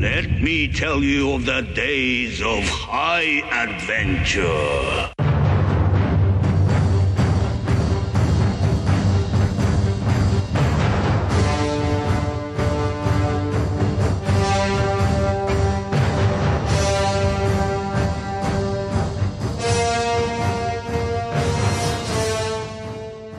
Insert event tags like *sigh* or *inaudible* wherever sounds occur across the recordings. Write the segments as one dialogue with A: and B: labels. A: Let me tell you of the days of high adventure.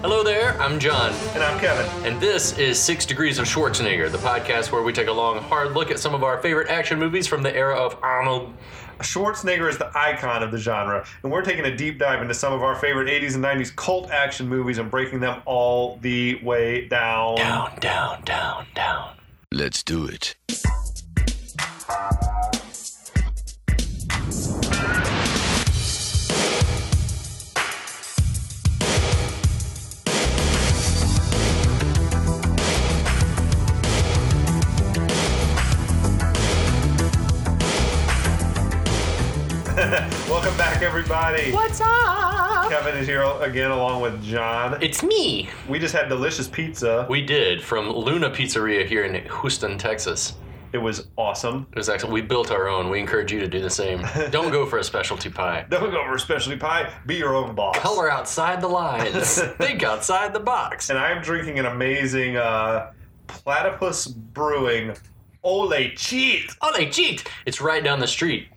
B: Hello there, I'm John,
C: And I'm Kevin.
B: and this is Six Degrees of Schwarzenegger, the podcast where we take a long, hard look at some of our favorite action movies from the era of Arnold.
C: Schwarzenegger is the icon of the genre, and we're taking a deep dive into some of our favorite 80s and 90s cult action movies and breaking them all the way down.
B: Down, down, down, down.
D: Let's do it.
C: Welcome back, everybody. What's up? Kevin is here again along with John.
B: It's me!
C: We just had delicious pizza.
B: We did from Luna Pizzeria here in Houston, Texas.
C: It was awesome.
B: It was excellent. We built our own. We encourage you to do the
C: *laughs*
B: same. Don't go for a specialty pie.
C: Don't go over specialty pie. Be your own boss.
B: Color outside the
C: *laughs*
B: lines. Think outside the box.
C: And I'm drinking an amazing uh, platypus brewing Ole Cheat.
B: Oh, they cheat! It's right down the street.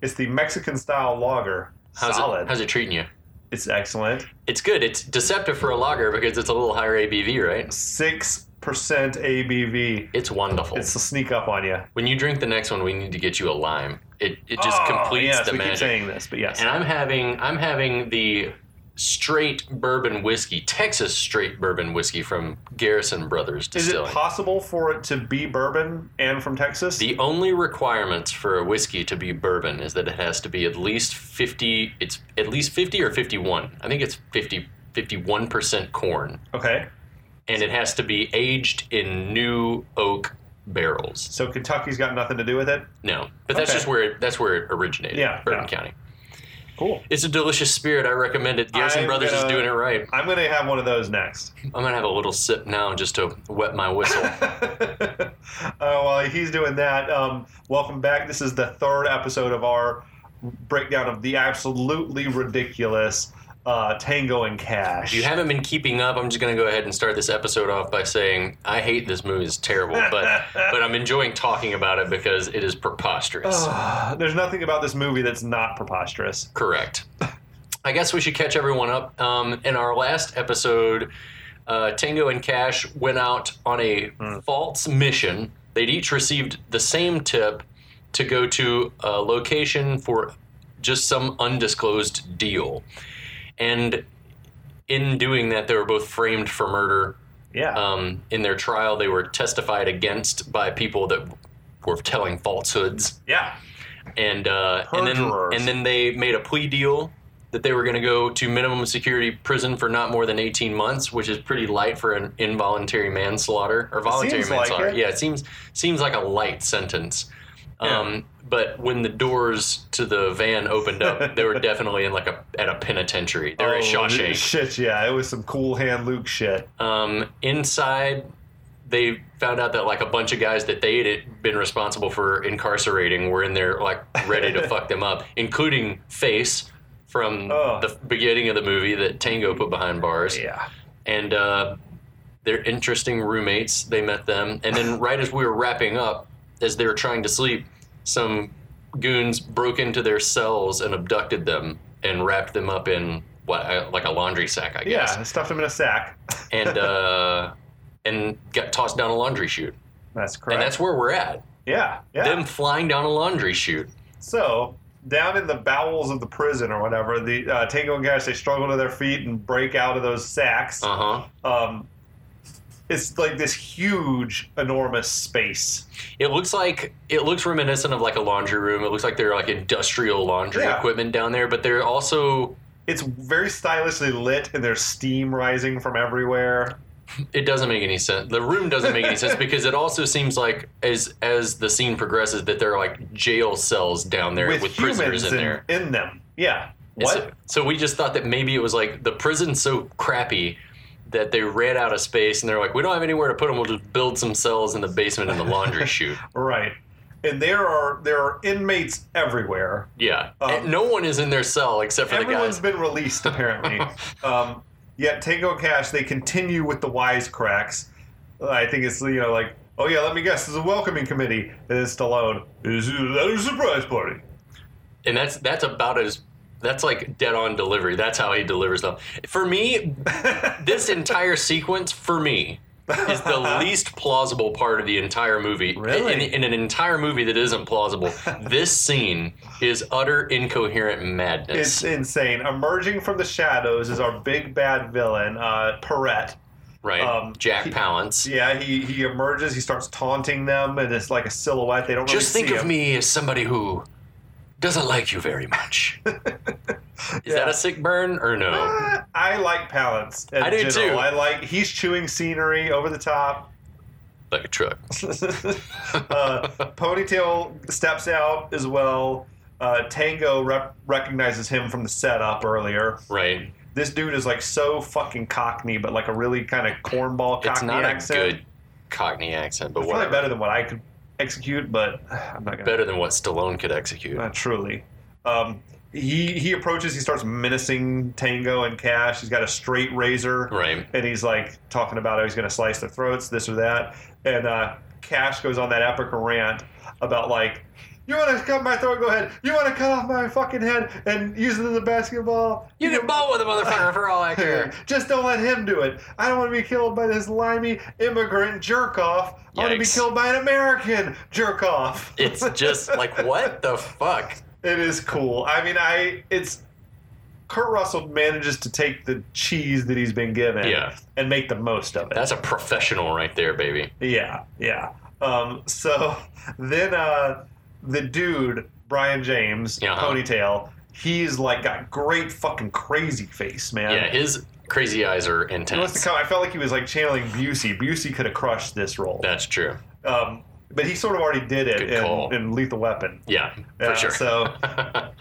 C: It's the Mexican style lager.
B: How's
C: Solid.
B: it? How's it treating you?
C: it's excellent.
B: It's good. It's deceptive for a lager because it's a little higher ABV, right?
C: six percent ABV.
B: It's wonderful.
C: It's a sneak up on you.
B: When you drink the next one, we need to get you a lime. It it just
C: Oh,
B: completes
C: yes,
B: the
C: we keep
B: magic.
C: saying this, but yes,
B: And I'm having I'm having the straight bourbon whiskey, Texas straight bourbon whiskey from Garrison Brothers
C: is it
B: Distilling.
C: possible for it to be bourbon and from Texas?
B: the only requirements for a whiskey to be bourbon is that it has to be at least 50 it's at least 50 or 51. I think it's 50 51% corn
C: okay,
B: and it has to be aged in new oak barrels.
C: so Kentucky's got nothing to do with it.
B: No, but that's
C: Okay.
B: just where it, that's where it originated.
C: Yeah,
B: Bourbon
C: yeah.
B: County.
C: Cool.
B: It's a delicious spirit. I recommend it. Garrison
C: I'm
B: Brothers is
C: gonna-
B: doing it right.
C: I'm gonna have one of those next. *laughs*
B: I'm gonna have a little sip now just to wet my whistle.
C: uh, while he's doing that, um, welcome back. This is the third episode of our breakdown of the absolutely ridiculous uh, Tango and Cash.
B: if you haven't been keeping up, I'm just gonna go ahead and start this episode off by saying I hate this movie. It's terrible,
C: *laughs*
B: but but I'm enjoying talking about it because it is preposterous.
C: *sighs* There's nothing about this movie that's not preposterous.
B: Correct. I guess we should catch everyone up. Um, in our last episode, uh, Tango and Cash went out on a false mission. They'd each received the same tip to go to a location for just some undisclosed deal. And in doing that, they were both framed for murder.
C: Yeah.
B: Um, in their trial, they were testified against by people that were telling falsehoods
C: yeah.
B: and uh, and then
C: Perjurers.
B: and then they made a plea deal that they were going to go to minimum security prison for not more than 18 months, which is pretty light for an involuntary manslaughter or voluntary
C: seems like
B: manslaughter.
C: it.
B: Yeah, it seems seems like a light sentence.
C: Yeah.
B: Um, but when the doors to the van opened up, they
C: *laughs*
B: were definitely in like a at a penitentiary. They were
C: Oh,
B: at Shawshank.
C: Shit, yeah, it was some cool hand Luke shit.
B: Um, inside, they found out that like a bunch of guys that they had been responsible for incarcerating were in there like ready
C: *laughs*
B: to fuck them up, including Face from
C: Oh.
B: the beginning of the movie that Tango put behind bars,
C: Yeah.
B: and uh, their interesting roommates. They met them, and
C: *laughs*
B: then right as we were wrapping up, as they were trying to sleep, some goons broke into their cells and abducted them and wrapped them up in what like a laundry sack, I
C: Yeah,
B: guess
C: stuffed him in a sack. *laughs*
B: and uh, and got tossed down a laundry chute.
C: That's
B: And
C: correct.
B: that's where we're at.
C: yeah, yeah.
B: Them flying down a laundry chute.
C: so, down in the bowels of the prison or whatever, the uh, Tango and Cash, they struggle to their feet and break out of those sacks.
B: Uh huh.
C: Um, it's like this huge, enormous space.
B: It looks like it looks reminiscent of like a laundry room. It looks like they're like industrial laundry
C: Yeah.
B: equipment down there, but they're also
C: It's very stylishly lit, and there's steam rising from everywhere.
B: it doesn't make any sense. The room doesn't make any sense because it also seems like as as the scene progresses that there are like jail cells down there with, prisoners in there.
C: in them. Yeah.
B: And
C: What?
B: So, so we just thought that maybe it was like the prison's so crappy that they ran out
C: *laughs*
B: of space and they're like, we don't have anywhere to put them. We'll just build some cells in the basement in the laundry chute.
C: Right. and there are there are inmates everywhere.
B: Yeah.
C: Um,
B: And no one is in their cell except for
C: Everyone's
B: the guys.
C: been
B: *laughs*
C: released apparently. um, yet Tango and Cash they continue with the wisecracks. I think it's you know like oh yeah let me guess there's a welcoming committee and it's Stallone is that a surprise party?
B: And that's that's about as that's like dead on delivery. That's how he delivers them. For
C: *laughs*
B: me, this entire sequence for me is
C: *laughs*
B: the least plausible part of the entire movie.
C: Really?
B: In, in an entire movie that isn't
C: *laughs*
B: plausible, this scene is utter incoherent
C: It's
B: madness.
C: insane. Emerging from the shadows is our big bad villain, uh, Perret.
B: right?
C: um,
B: Jack
C: he-
B: Palance.
C: Yeah, he, he emerges. He starts taunting them, and it's like a silhouette. They don't really
B: Just think
C: see
B: of
C: him.
B: me as somebody who doesn't like you very
C: *laughs*
B: much. Is that
C: Yeah.
B: a sick burn or
C: *laughs*
B: no?
C: Ah, I like Palance. in
B: I do
C: general.
B: too.
C: I like he's chewing scenery over the top.
B: Like a truck.
C: uh, Ponytail steps out as well. Uh, Tango rep- recognizes him from the setup earlier.
B: Right.
C: This dude is like so fucking cockney, but like a really kind of cornball cockney
B: it's not
C: accent.
B: a good Cockney accent, but
C: It's probably
B: whatever.
C: better than what I could execute, but *sighs* I'm not gonna.
B: Better than what Stallone could execute.
C: Not truly. Um, he he approaches. He starts menacing Tango and Cash. He's got a straight razor,
B: Right.
C: and he's like talking about how he's going to slice their throats, this or that. And uh, Cash goes on that epic rant about like, "You want to cut my throat? Go ahead. You want to cut off my fucking head and use it as a basketball?
B: You can
C: *laughs*
B: ball with a motherfucker for all I care.
C: Just don't let him do it. I don't want to be killed by this limey immigrant jerk off. I want to be
B: Yikes.
C: killed by an American jerk off." *laughs*
B: It's just like what the fuck?
C: It is cool. I mean, I it's Kurt Russell manages to take the cheese that he's been given
B: Yeah.
C: and make the most of it.
B: That's a professional right there, baby.
C: yeah, yeah. Um, so *laughs* then uh, the dude Brian James
B: Yeah. uh-huh.
C: ponytail, he's like got great fucking crazy face, man.
B: Yeah, his crazy eyes are
C: He wants to
B: intense.
C: come- I felt like he was like channeling Busey. Busey could have crushed this role,
B: That's true.
C: um, but he sort of already did it
B: Good
C: in,
B: call.
C: in Lethal Weapon.
B: Yeah,
C: Yeah,
B: for sure. *laughs*
C: So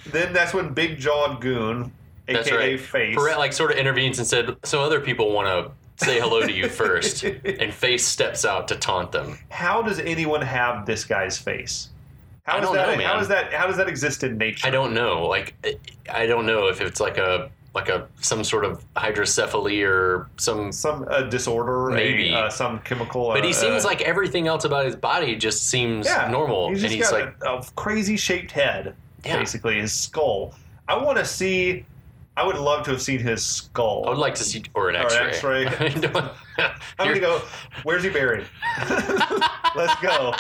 C: then that's when Big Jawed Goon,
B: That's
C: aka
B: right.
C: Face,
B: Perret like sort of intervenes and said, "So other people want to say hello to
C: *laughs*
B: you first, and Face steps out to taunt them.
C: how does anyone have this guy's face? How
B: I
C: does
B: don't
C: that?
B: know,
C: How
B: man.
C: does that? How does that exist in nature?
B: I don't know. Like, I don't know if it's like a like a some sort of hydrocephaly or some.
C: Some uh, disorder, a,
B: Maybe.
C: uh, some chemical.
B: But
C: uh,
B: he seems
C: uh,
B: like everything else about his body just seems
C: Yeah,
B: normal,
C: he's
B: and
C: just
B: he's like,
C: got a, a crazy shaped head.
B: Yeah.
C: Basically, his skull. I want to see. I would love to have seen his skull.
B: "I would like to see or an
C: Or an
B: X-ray." *laughs* I
C: X-ray.
B: don't-
C: I'm gonna
B: Here-
C: go. Where's he buried? *laughs* Let's go.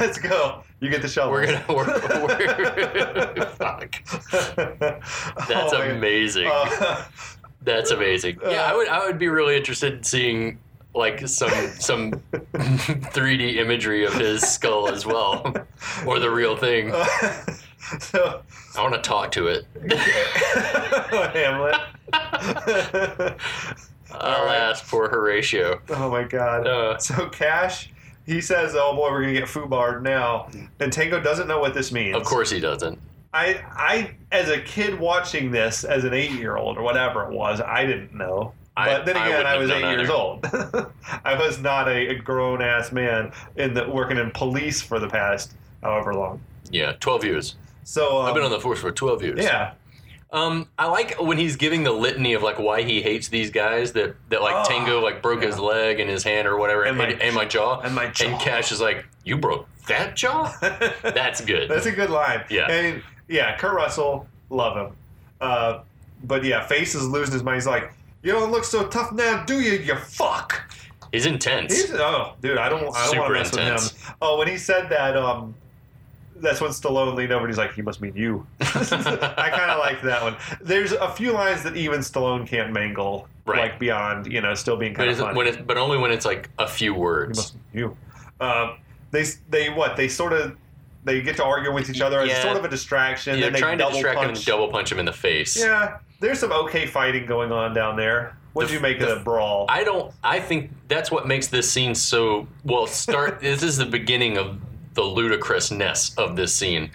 C: Let's go. You get the shovel.
B: *laughs* We're gonna. We're, we're, *laughs* fuck. That's
C: Oh, man.
B: amazing.
C: Uh,
B: That's amazing. Yeah, I would I would be really interested in seeing like some
C: *laughs*
B: some 3D imagery of his skull as well, or the real thing.
C: Uh, *laughs* so,
B: I want to talk to it.
C: Hamlet. *laughs*
B: Alas, poor Horatio.
C: oh my god.
B: Uh,
C: *laughs* So Cash, he says, "Oh boy, we're gonna get foobarred now." And Tango doesn't know what this means.
B: of course he doesn't.
C: I, I, as a kid watching this, as an eight-year-old or whatever it was, I didn't know. But
B: I-
C: then
B: I
C: again, I,
B: wouldn't
C: was
B: have
C: eight
B: known
C: years
B: either.
C: old. *laughs* I was not a, a grown-ass man in the working in police for the past however long.
B: Yeah, 12 years.
C: So um,
B: I've been on the force for 12 years.
C: yeah,
B: Um, I like when he's giving the litany of like why he hates these guys that that like
C: Oh,
B: Tango like broke his leg and his hand or whatever
C: And
B: and,
C: my-
B: and, my jaw
C: and my jaw.
B: and Cash is like you broke that jaw.
C: *laughs*
B: That's good.
C: That's a good line.
B: Yeah.
C: And yeah, Kurt Russell, love him. Uh, but yeah, Face is losing his mind. He's like, you don't look so tough now, do you? You fuck.
B: He's intense.
C: He's oh, dude, I don't, I don't want to
B: Super
C: mess
B: intense.
C: with him. Oh, when he said that, um, that's when Stallone leaned over and he's like, he must
B: *laughs*
C: mean you. I kind of like that one. There's a few lines that even Stallone can't mangle,
B: Right.
C: like beyond you know still being
B: But,
C: kind of
B: it's,
C: funny.
B: when it's, but only when it's like a few
C: You
B: words.
C: must you. Um, they they what they sort of they get to argue with each other as
B: Yeah.
C: sort of a distraction.
B: They're
C: then they
B: trying to
C: double
B: distract him
C: punch.
B: and double punch him in the face.
C: Yeah, there's some okay fighting going on down there. What'd
B: The-
C: you make
B: the-
C: of the brawl?
B: I don't. I think that's what makes this scene so well. Start. *laughs* this is the beginning of the ludicrousness of this scene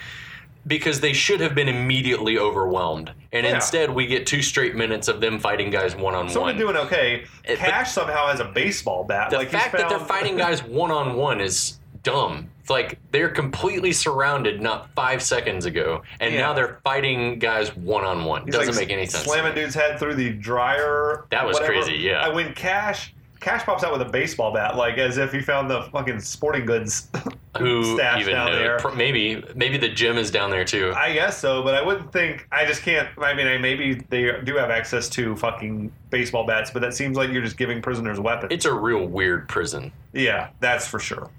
B: because they should have been immediately overwhelmed, and
C: Yeah.
B: instead we get two straight minutes of them fighting guys one on
C: Sort
B: one.
C: of doing okay.
B: It- but-
C: Cash somehow has a baseball bat.
B: The
C: like he's *laughs*
B: fact that they're
C: found-
B: fighting guys one on one is dumb It's like they're completely surrounded not five seconds ago, and
C: Yeah.
B: now they're fighting guys one on one.
C: He's,
B: Doesn't
C: like,
B: make any sense.
C: Slamming dude's head through the dryer.
B: That was crazy, yeah.
C: And when Cash Cash pops out with a baseball bat, like as if he found the fucking sporting goods. *laughs*
B: Who
C: staff
B: even
C: down
B: knows?
C: there.
B: Pro- Maybe maybe the gym is down there too.
C: I guess so, but I wouldn't think. I just can't. I mean, I, maybe they do have access to fucking baseball bats, but that seems like you're just giving prisoners weapons.
B: it's a real weird prison.
C: yeah, that's for sure.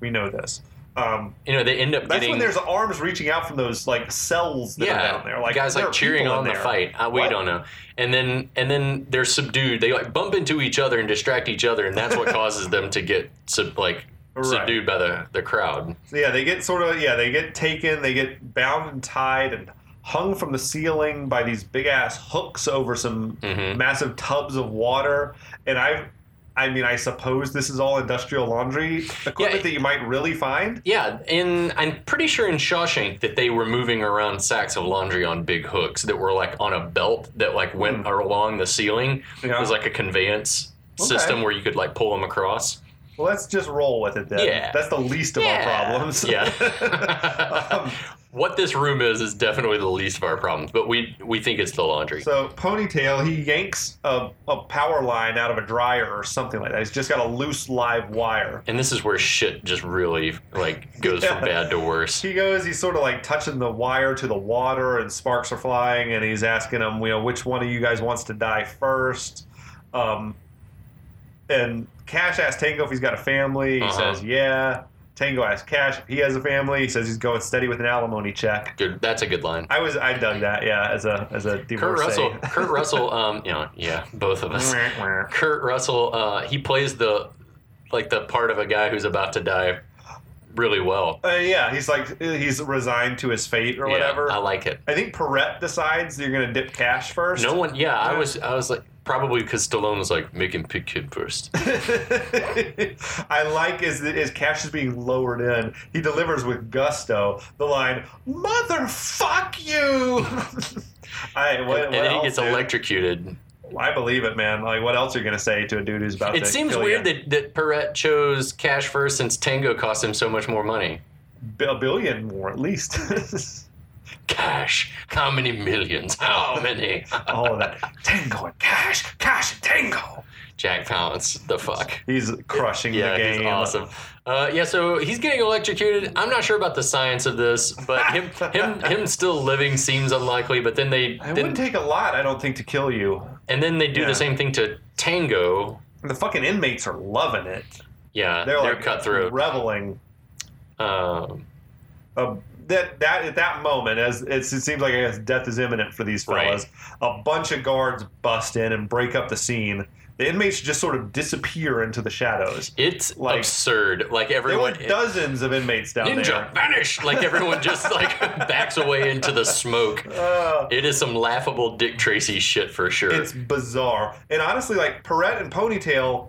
C: We know this. Um,
B: You know, they end up
C: that's
B: getting
C: when there's arms reaching out from those like cells that
B: yeah
C: are down there, like
B: guys
C: there
B: like
C: are
B: cheering
C: people in
B: on the
C: there.
B: fight. Uh, we
C: What?
B: don't know. And then and then they're subdued. They like bump into each other and distract each other, and
C: *laughs*
B: that's what causes them to get sub, like
C: Right.
B: subdued by the the crowd.
C: So, yeah, they get sort of yeah, they get taken, they get bound and tied and hung from the ceiling by these big ass hooks over some
B: Mhm.
C: massive tubs of water. And I, I mean, I suppose this is all industrial laundry equipment
B: Yeah, it-
C: that you might really find.
B: Yeah, in I'm pretty sure in Shawshank that they were moving around sacks of laundry on big hooks that were like on a belt that like went along the ceiling.
C: Yeah.
B: It was like a conveyance
C: Hmm. Okay.
B: system where you could like pull them across.
C: Well, let's just roll with it then.
B: Yeah.
C: That's the least of our problems.
B: Yeah.
C: *laughs*
B: *laughs*
C: Um,
B: what this room is is definitely the least of our problems, but we we think it's the laundry.
C: So ponytail, he yanks a, a power line out of a dryer or something like that. He's just got a loose live wire.
B: and this is where shit just really like goes
C: Yeah.
B: from bad to
C: *laughs*
B: worse.
C: He goes, he's sort of like touching the wire to the water, and sparks are flying, and he's asking him, you know, which one of you guys wants to die first. Um, and Cash asks Tango if he's got a family. He
B: Uh-huh.
C: says, yeah. Tango asks Cash if he has a family. He says he's going steady with an alimony check.
B: Good, that's a good line.
C: I was, I dug that, yeah, as a as a
B: Kurt
C: divorcee.
B: Russell, Kurt
C: *laughs*
B: Russell, um, you know, yeah, both of us. Kurt Russell, *laughs* uh, he plays the like the part of a guy who's about to die really well.
C: Uh, yeah, he's like he's resigned to his fate or
B: Yeah,
C: whatever.
B: I like it.
C: I think Perret decides you're gonna dip cash first.
B: No one, yeah, I was, I was like probably because Stallone was like make him pick kid first.
C: *laughs* I like is that as cash is being lowered in, he delivers with gusto the line "Mother fuck you." *laughs* I what, what
B: and then he
C: else,
B: gets
C: dude?
B: electrocuted.
C: I believe it, man. Like, what else are you gonna say to a dude who's about?
B: It
C: to
B: seems
C: kill
B: weird
C: you?
B: that that Perret chose cash first since Tango cost him so much more money.
C: B- a billion more at least. *laughs*
B: Cash, how many millions? How many? *laughs*
C: All of that tango and cash, cash and tango.
B: Jack Palance, the fuck.
C: He's crushing
B: Yeah,
C: the game.
B: he's awesome. Uh, yeah, so he's getting electrocuted. I'm not sure about the science of this, but him,
C: *laughs*
B: him, him still living seems unlikely. But then they,
C: It
B: then,
C: wouldn't take a lot, I don't think, to kill you.
B: and then they do
C: yeah.
B: the same thing to Tango.
C: The fucking inmates are loving it.
B: Yeah,
C: They're,
B: they're,
C: like uh,
B: cutthroat.
C: reveling.
B: um,
C: Uh, that that at that moment, as it's, it seems like I guess death is imminent for these fellas. A bunch of guards bust in and break up the scene. The inmates just sort of disappear into the shadows.
B: it's
C: Like-
B: absurd. Like
C: There were
B: everyone,
C: dozens of inmates down
B: ninja vanish. Like everyone
C: *laughs*
B: just like backs away into the smoke.
C: there. Uh,
B: It is some laughable Dick Tracy shit for sure.
C: it's bizarre. And honestly, like Perrette and Ponytail,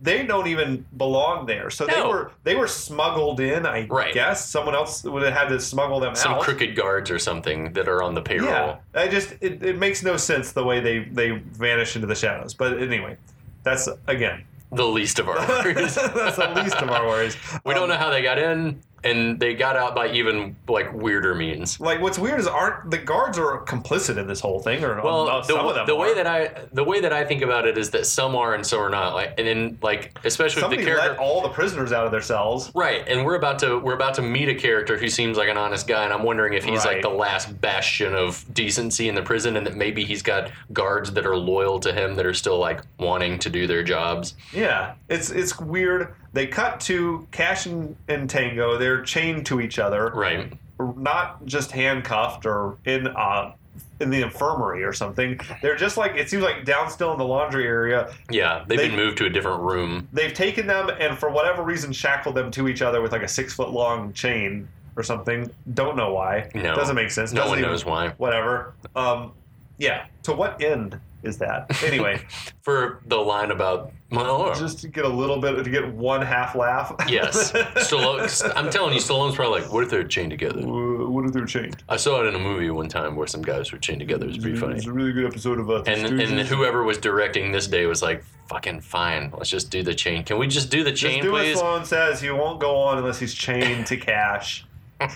C: they don't even belong there. So they
B: No.
C: were they were smuggled in, I
B: Right.
C: guess. Someone else would have had to smuggle them
B: some
C: out.
B: crooked guards or something that are on the payroll.
C: Yeah, I just it, it makes no sense the way they they vanish into the shadows. But anyway, that's again *laughs*
B: The least of our
C: that's
B: worries.
C: the least of our worries.
B: We
C: Um,
B: don't know how they got in, and they got out by even like weirder means.
C: Like what's weird is aren't the guards are complicit in this whole thing or
B: Well,
C: uh,
B: the,
C: some of them
B: the way
C: are.
B: that I the way that I think about it is that some are and some are not. Like, and then like especially with
C: somebody
B: the character.
C: let all the prisoners out of their cells.
B: Right, and we're about to we're about to meet a character who seems like an honest guy, and I'm wondering if he's
C: Right.
B: like the last bastion of decency in the prison, and that maybe he's got guards that are loyal to him that are still like wanting to do their jobs.
C: Yeah, it's it's weird. They cut to Cash and, and Tango. They're chained to each other,
B: Right,
C: not just handcuffed or in uh, in the infirmary or something. They're just like it seems like down still in the laundry area.
B: yeah, they've
C: They-
B: been moved to a different room.
C: They've taken them and for whatever reason shackled them to each other with like a six foot long chain or something. Don't know why.
B: No.
C: doesn't make sense.
B: No
C: Doesn't
B: one
C: even-
B: knows why.
C: Whatever. Um, yeah. To what end is that?
B: *laughs*
C: Anyway,
B: For the line about my arm.
C: just to get a little bit to get one half laugh. *laughs*
B: Yes, Stallone. I'm telling you, Stallone's probably like, "What if they're chained together?"
C: Wh- Uh, What wonder if they were chained.
B: I saw it in a movie one time where some guys were chained together. It was pretty funny.
C: It's a really good episode of uh,
B: And
C: Stooges.
B: and whoever was directing this day was like, fucking fine. Let's just do the chain. Can we just do the
C: Just
B: chain,
C: do what
B: please?
C: Sloan says. He won't go on unless he's chained
B: *laughs*
C: to cash. *laughs*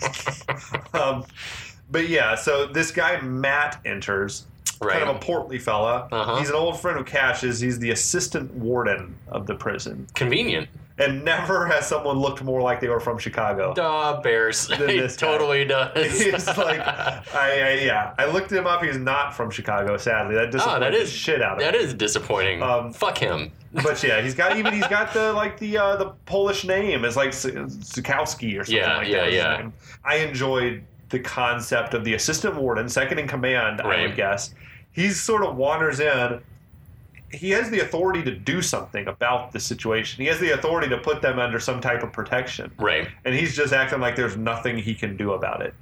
C: um, but yeah, so this guy Matt enters,
B: Right.
C: kind of a portly fella.
B: Uh-huh.
C: He's an old friend of Cash's. He's the assistant warden of the prison,
B: Convenient.
C: and never has someone looked more like they were from Chicago. *laughs*
B: Duh, bears.
C: Than
B: He
C: this guy.
B: totally does.
C: *laughs*
B: Ah, *laughs*
C: He's like, I, I yeah. I looked him up. He's not from Chicago, sadly. That
B: oh,
C: disappointed
B: that
C: the
B: is
C: shit out of
B: That
C: me.
B: is disappointing.
C: Um,
B: Fuck him.
C: But yeah, he's got even he's got the like the uh, the Polish name. It's like S- Sikowski or something
B: Yeah,
C: like
B: yeah,
C: that.
B: yeah.
C: I enjoyed the concept of the assistant warden, second in command. I
B: Right.
C: would guess he sort of wanders in. He has the authority to do something about the situation. He has the authority to put them under some type of protection,
B: Right.
C: and he's just acting like there's nothing he can do about it.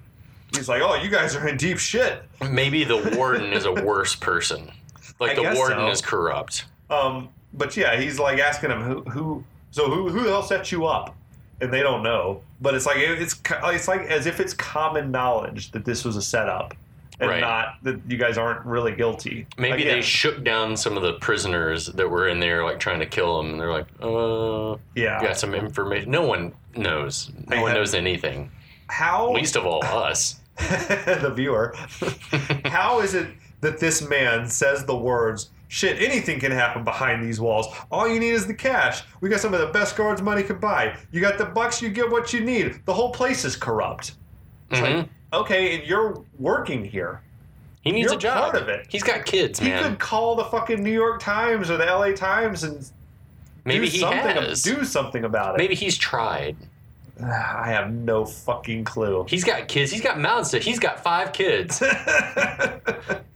C: He's like, "Oh, you guys are in deep shit."
B: Maybe the warden is a worse person. Like
C: I
B: the
C: guess
B: warden
C: so.
B: is corrupt.
C: Um, but yeah, he's like asking him who, who so who who else set you up, and they don't know. But it's like it- it's co- it's like as if it's common knowledge that this was a setup, and
B: Right.
C: not that you guys aren't really guilty.
B: Maybe
C: Again,
B: they shook down some of the prisoners that were in there, like trying to kill them, and they're like, "Uh,
C: yeah.
B: got some information." No one knows. No
C: I
B: one
C: had-
B: knows anything.
C: How
B: Least of all us.
C: *laughs* the
B: *laughs*
C: viewer? how is it that this man says the words? Shit, anything can happen behind these walls. All you need is the cash. We got some of the best guards money could buy. You got the bucks, you get what you need. The whole place is corrupt.
B: Mhm.
C: okay, and you're working here.
B: he needs
C: you're
B: a job.
C: part of it.
B: He's got kids,
C: He
B: man.
C: could call the fucking New York Times or the LA Times and
B: Maybe
C: do
B: he
C: something
B: has.
C: do something about it.
B: Maybe he's tried.
C: *sighs* I have no fucking clue.
B: He's got kids. He's got mouths. To, he's got five
C: *laughs*
B: kids,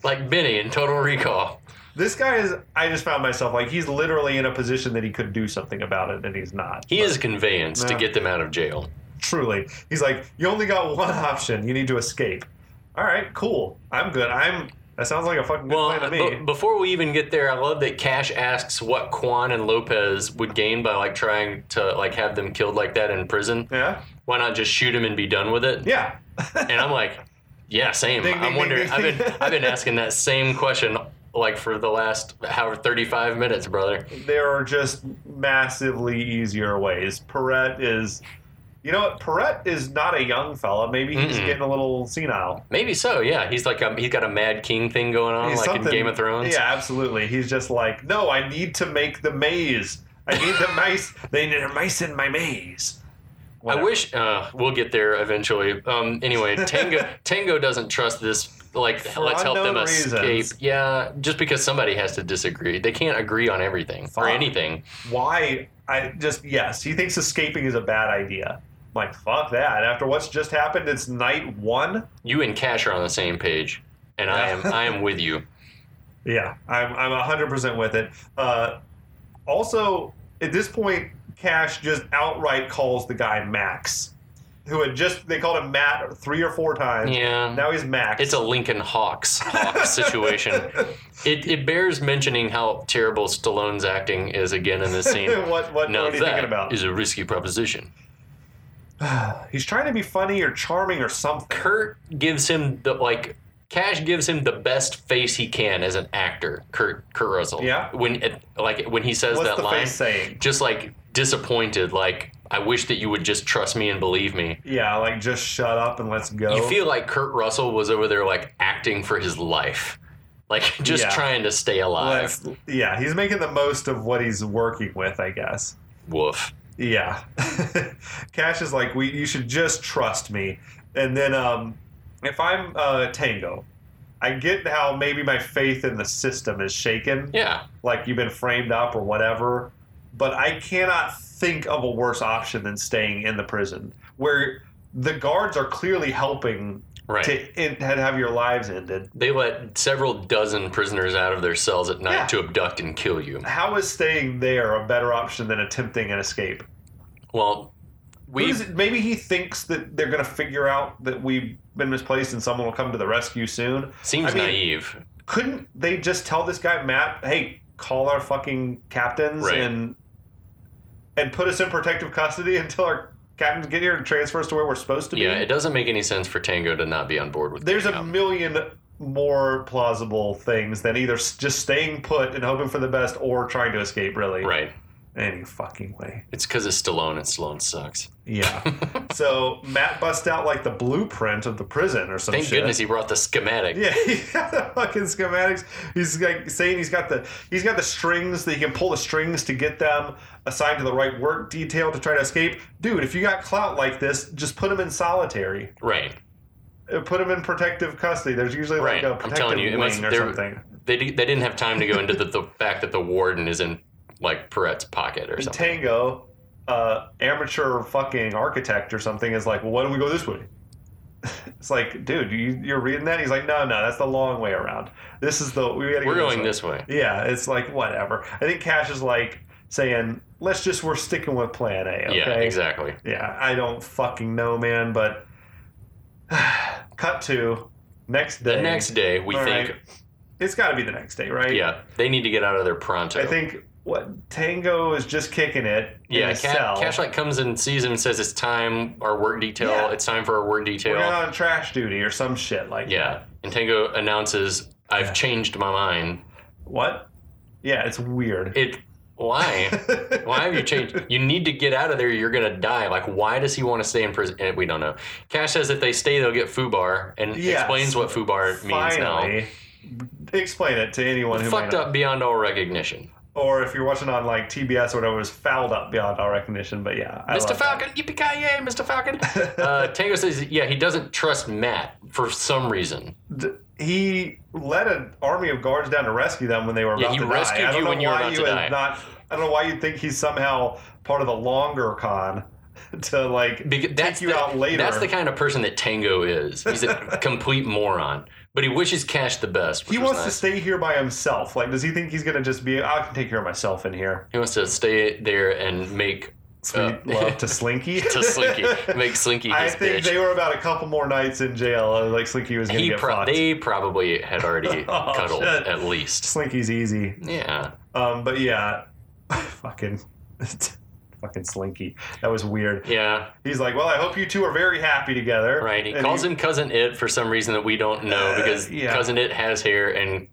B: like Benny in Total Recall.
C: this guy is I just found myself like he's literally in a position that he could do something about it and he's not.
B: He is conveyance to
C: No.
B: get them out of jail.
C: Truly. He's like, you only got one *laughs* option. You need to escape. All right, cool. I'm good. I'm that sounds like a fucking good
B: Well, uh,
C: plan to me.
B: b- before we even get there, I love that Cash asks what Quan and Lopez would gain by like trying to like have them killed like that in prison.
C: yeah?
B: Why not just shoot him and be done with it?
C: Yeah.
B: And I'm like, yeah, same.
C: Ding, ding,
B: I'm
C: ding,
B: wondering.
C: ding,
B: I've been
C: ding. *laughs*
B: I've been asking that same question like for the last however 35 minutes, brother.
C: there are just massively easier ways. Perret is, you know what? Perret is not a young fella. Maybe he's
B: Mm-mm.
C: getting a little senile.
B: Maybe so. Yeah, he's like a, he's got a Mad King thing going on,
C: He's
B: like in
C: something-
B: Game of Thrones.
C: Yeah, absolutely. He's just like, no, I need to make the maze. I need the mice. They need the mice in my maze.
B: I
C: Whatever.
B: wish uh, we'll get there eventually. Um,
C: *laughs*
B: anyway, Tango Tango doesn't trust this. Like,
C: For
B: let's help them
C: unknown
B: escape.
C: reasons.
B: Yeah, just because somebody has to disagree, they can't agree on everything or
C: Fuck.
B: anything.
C: why I just yes, he thinks escaping is a bad idea. I'm like fuck that. After what's just happened, it's night one.
B: You and Cash are on the same page, and I am I am with
C: *laughs*
B: you.
C: Yeah, I'm I'm 100% with it. Uh, also, at this point, Cash just outright calls the guy Max, who had just they called him Matt three or four times.
B: Yeah,
C: Now he's Max.
B: it's a Lincoln Hawks Hawk situation. It, it bears mentioning how terrible Stallone's acting is again
C: *laughs*
B: in this scene.
C: *laughs* what what,
B: now
C: what are you
B: that
C: thinking about?
B: is a risky proposition.
C: he's trying to be funny or charming
B: *laughs*
C: or something.
B: Kurt gives him the like Cash gives him the best face he can as an actor. Kurt Kurt Russell.
C: Yeah.
B: When it, like when he says
C: What's
B: that
C: the
B: line,
C: face saying?
B: just like disappointed, like I wish that you would just trust me and believe me.
C: Yeah, like just shut up and let's go.
B: You feel like Kurt Russell was over there like acting for his life. *laughs* Like just
C: Yeah.
B: trying to stay alive.
C: Let's- yeah, he's making the most of what he's working with, I guess.
B: Woof.
C: Yeah. *laughs* Cash is like, we you should just trust me. And then um, if I'm uh, Tango, I get how maybe my faith in the system is shaken,
B: Yeah.
C: like you've been framed up or whatever. But I cannot think of a worse option than staying in the prison, where the guards are clearly helping
B: Right.
C: to end, to have your lives ended.
B: they let several dozen prisoners out of their cells at night
C: Yeah.
B: to abduct and kill you.
C: How is staying there a better option than attempting an escape?
B: Well, we
C: Who's- maybe he thinks that they're going to figure out that we've been misplaced and someone will come to the rescue soon.
B: seems
C: I mean,
B: naive.
C: Couldn't they just tell this guy Matt, "Hey, call our fucking captains
B: Right.
C: and and put us in protective custody *laughs* until our Captains get here and transfers to where we're supposed to be.
B: Yeah, it doesn't make any sense for Tango to not be on board with.
C: There's
B: getting
C: a
B: out.
C: million more plausible things than either s- just staying put and hoping for the best or trying to escape, really.
B: right.
C: Any fucking
B: *laughs*
C: way.
B: It's because it's Stallone, and Stallone sucks.
C: Yeah. so Matt busts out like the blueprint of the prison or some
B: Thank
C: shit.
B: goodness he brought the schematic.
C: Yeah, *laughs* he's got the fucking schematics. He's like saying he's got the he's got the strings that he can pull the strings to get them assigned to the right work detail to try to escape. Dude, if you got clout like this, just put him in solitary.
B: Right.
C: Uh, Put him in protective custody. There's usually
B: Right.
C: like a
B: I'm telling
C: protective
B: you, it
C: wing
B: must-
C: or
B: there-
C: something.
B: They di- they didn't have time to go into the, the fact that the warden is in like Perrette's pocket or something.
C: Tango, uh, amateur fucking architect or something, is like, well, why don't we go this way? *laughs* It's like, dude, you, you're reading that? He's like, no, no, that's the long way around. This is the we gotta
B: We're
C: go
B: going
C: way."
B: this way.
C: Yeah, it's like whatever. I think Cash is like saying, "Let's just we're sticking with Plan A." Okay?
B: Yeah, exactly.
C: Yeah, I don't fucking know, man. But *sighs* cut to next day.
B: The next day, we
C: All
B: think,
C: right. it's got to be the next day, right?
B: yeah, they need to get out of there pronto.
C: I think what Tango is just kicking it.
B: yeah,
C: in a cell.
B: Ca- Cashlight comes and sees him and says it's time, our work detail,
C: Yeah.
B: it's time for our work
C: We're
B: detail.
C: on trash duty or some shit like.
B: Yeah. And Tango announces, I've changed my mind.
C: What? Yeah, it's weird.
B: It why?
C: *laughs*
B: why have you changed? You need to get out of there, you're gonna die. Like why does he want to stay in prison? And we don't know. Cash says if they stay they'll get FUBAR and
C: Yes.
B: explains what FUBAR means now.
C: Finally, explain it to anyone who might
B: Fucked
C: not
B: up beyond all recognition.
C: or if you're watching on like TBS or whatever, it was fouled up beyond all recognition. But yeah, I
B: Mr.
C: love
B: Falcon, yippee ki yay, Mr.
C: *laughs*
B: Falcon. uh, Tango says, yeah, he doesn't trust Matt for some reason.
C: that. D- He led an army of guards down to rescue them when they were
B: Yeah,
C: about
B: he
C: to die.
B: rescued
C: I don't
B: you
C: know
B: when you were
C: why
B: about
C: you
B: to
C: had
B: die.
C: not. I don't know why you think he's somehow part of the longer con *laughs* to like
B: Because that's
C: take you
B: the,
C: out later.
B: That's the kind of person that Tango is. He's
C: *laughs*
B: a complete moron, but he wishes Cash the best.
C: he
B: which was
C: wants to
B: nice.
C: stay here by himself. Like, does he think he's gonna just be? I can take care of myself in here.
B: He wants to stay there and make
C: Sweet
B: Uh, *laughs*
C: love to Slinky.
B: to
C: *laughs*
B: Slinky, make Slinky
C: I
B: his
C: think
B: bitch.
C: they were about a couple more nights in jail. and, Like Slinky was gonna
B: he
C: get
B: pro-
C: fucked.
B: they probably had already
C: *laughs* Oh,
B: cuddled
C: shit.
B: at least.
C: Slinky's easy.
B: Yeah,
C: Um, but yeah, *laughs* fucking, *laughs* fucking Slinky. That was weird.
B: yeah,
C: He's like, well, I hope you two are very happy together.
B: right. He
C: And
B: calls him cousin It for some reason that we don't know
C: Uh,
B: because
C: yeah.
B: cousin It has hair and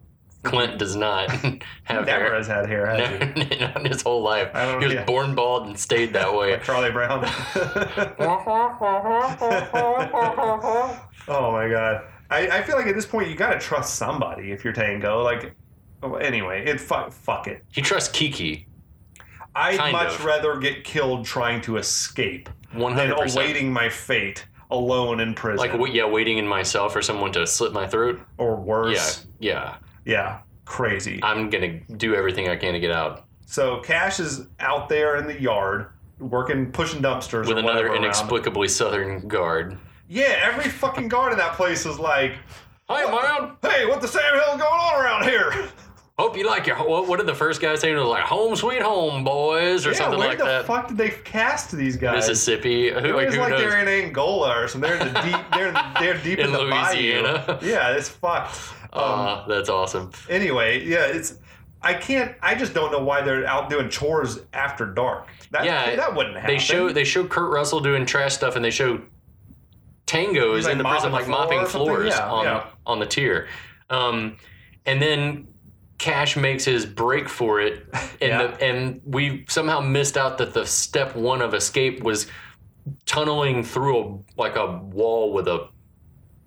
B: Clint does not *laughs*
C: He
B: have
C: never
B: hair.
C: has had hair, has he?
B: *laughs* Never, in his whole life,
C: I don't-
B: he was
C: yeah.
B: born bald and stayed that way.
C: Like Charlie Brown. *laughs* oh my god. I, I feel like at this point you gotta trust somebody if you're Tango. Like, oh, anyway, it fuck, fuck it.
B: He trusts Kiki
C: I'd
B: Kind
C: much
B: of.
C: rather get killed trying to escape
B: one
C: than
B: hundred percent.
C: awaiting my fate alone in prison
B: Like wa- yeah, waiting in myself for someone to slit my throat.
C: or
B: Yeah,
C: worse.
B: yeah.
C: yeah. Crazy.
B: I'm gonna do everything I can to get out
C: So Cash is out there in the yard working, pushing dumpsters
B: with
C: or
B: another
C: whatever around.
B: inexplicably Southern guard.
C: Yeah, every fucking guard in that place is like,
B: Hi, Brown.
C: "Hey, what the Sam Hill going on around here?" *laughs*
B: Hope you like your. What, what did the first guy say? It was like "Home Sweet Home, boys" or
C: yeah,
B: something
C: where
B: like
C: the
B: that.
C: fuck did they cast these guys?
B: Mississippi. Who, *laughs*
C: it
B: like,
C: was
B: who
C: like
B: knows?
C: they're in Angola or something. They're in the deep. They're in, they're deep in,
B: In
C: the
B: Louisiana. Uh.
C: Bayou. *laughs* Yeah, it's fucked. Um,
B: Aw, Ah, that's awesome.
C: anyway, yeah, it's. I can't. I just don't know why they're out doing chores after dark. That,
B: Yeah,
C: that wouldn't happen.
B: They show they show Kurt Russell doing trash stuff, and they show Tango is
C: He's, like,
B: in the
C: mopping
B: prison,
C: the
B: like
C: floor or
B: mopping
C: something?
B: floors
C: Yeah,
B: on
C: yeah.
B: on the tier, um, and then Cash makes his break for it, and
C: Yeah.
B: the, and we somehow missed out that the step one of escape was tunneling through a like a wall with a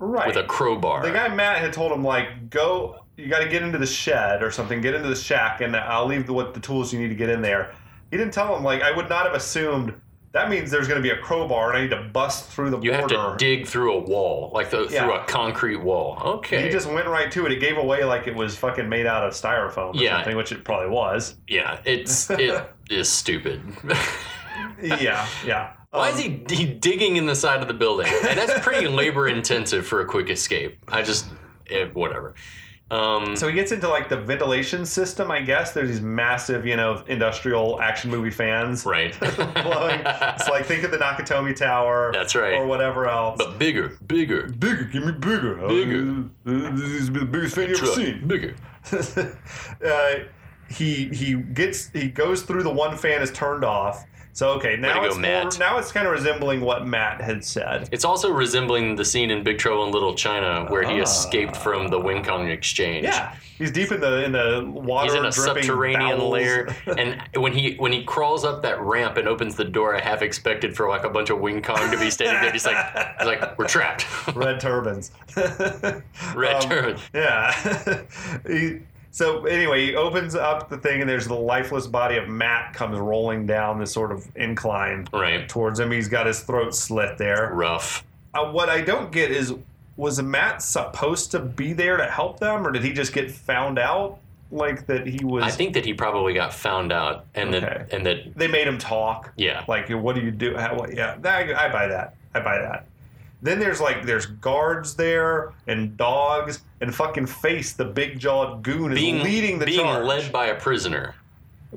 C: right.
B: with a crowbar.
C: The guy Matt had told him like, go. You got to get into the shed or something. Get into the shack, and I'll leave the, what the tools you need to get in there. He didn't tell him like I would not have assumed that means there's going to be a crowbar and I need to bust through the
B: you have to
C: border.
B: dig through a wall, like the,
C: Yeah.
B: through a concrete wall. Okay.
C: He just went right to it. It gave away like it was fucking made out of styrofoam or
B: Yeah.
C: something, which it probably was.
B: yeah, it's it
C: *laughs*
B: is stupid. *laughs*
C: yeah, yeah.
B: Why
C: Um,
B: is he, he digging in the side of the building? And that's pretty
C: *laughs*
B: labor intensive for a quick escape. I just, eh, whatever. Um,
C: So he gets into like the ventilation system, I guess. There's these massive, you know, industrial action
B: *laughs*
C: movie fans *laughs*
B: right.
C: blowing. It's like think of the Nakatomi Tower,
B: That's right.
C: or whatever
B: *laughs*
C: else.
B: but bigger, bigger,
C: Bigger, give me bigger.
B: Bigger.
C: Uh, This is the biggest thing you've ever
B: truck,
C: seen. *laughs*
B: bigger.
C: uh, he he gets he goes through the one fan is turned off. So okay, now
B: go,
C: it's more,
B: Matt.
C: now it's kind of resembling what Matt had said.
B: It's also resembling the scene in Big Trouble in Little China where he
C: Ah.
B: escaped from the Wing Kong Exchange.
C: Yeah, he's deep in the in the water.
B: He's in a
C: dripping
B: subterranean
C: bowels. *laughs*
B: lair, and when he when he crawls up that ramp and opens the door, I half expected for like a bunch of Wing Kong to be standing there. He's like, he's like, we're trapped. *laughs*
C: red turbans.
B: Red
C: Um,
B: turban.
C: Yeah. *laughs* he, so anyway, he opens up the thing, and there's the lifeless body of Matt comes rolling down this sort of incline
B: Right.
C: towards him. He's got his throat slit there.
B: Rough.
C: Uh, what I don't get is, was Matt supposed to be there to help them, or did he just get found out? Like that he was.
B: I think that he probably got found out, and
C: Okay.
B: that and that
C: they made him talk.
B: yeah.
C: Like, what do you do? How, what, yeah, that, I buy that. I buy that. Then there's like there's guards there and dogs and fucking face the big jawed goon is
B: Being
C: leading the
B: being
C: charge.
B: led by a prisoner.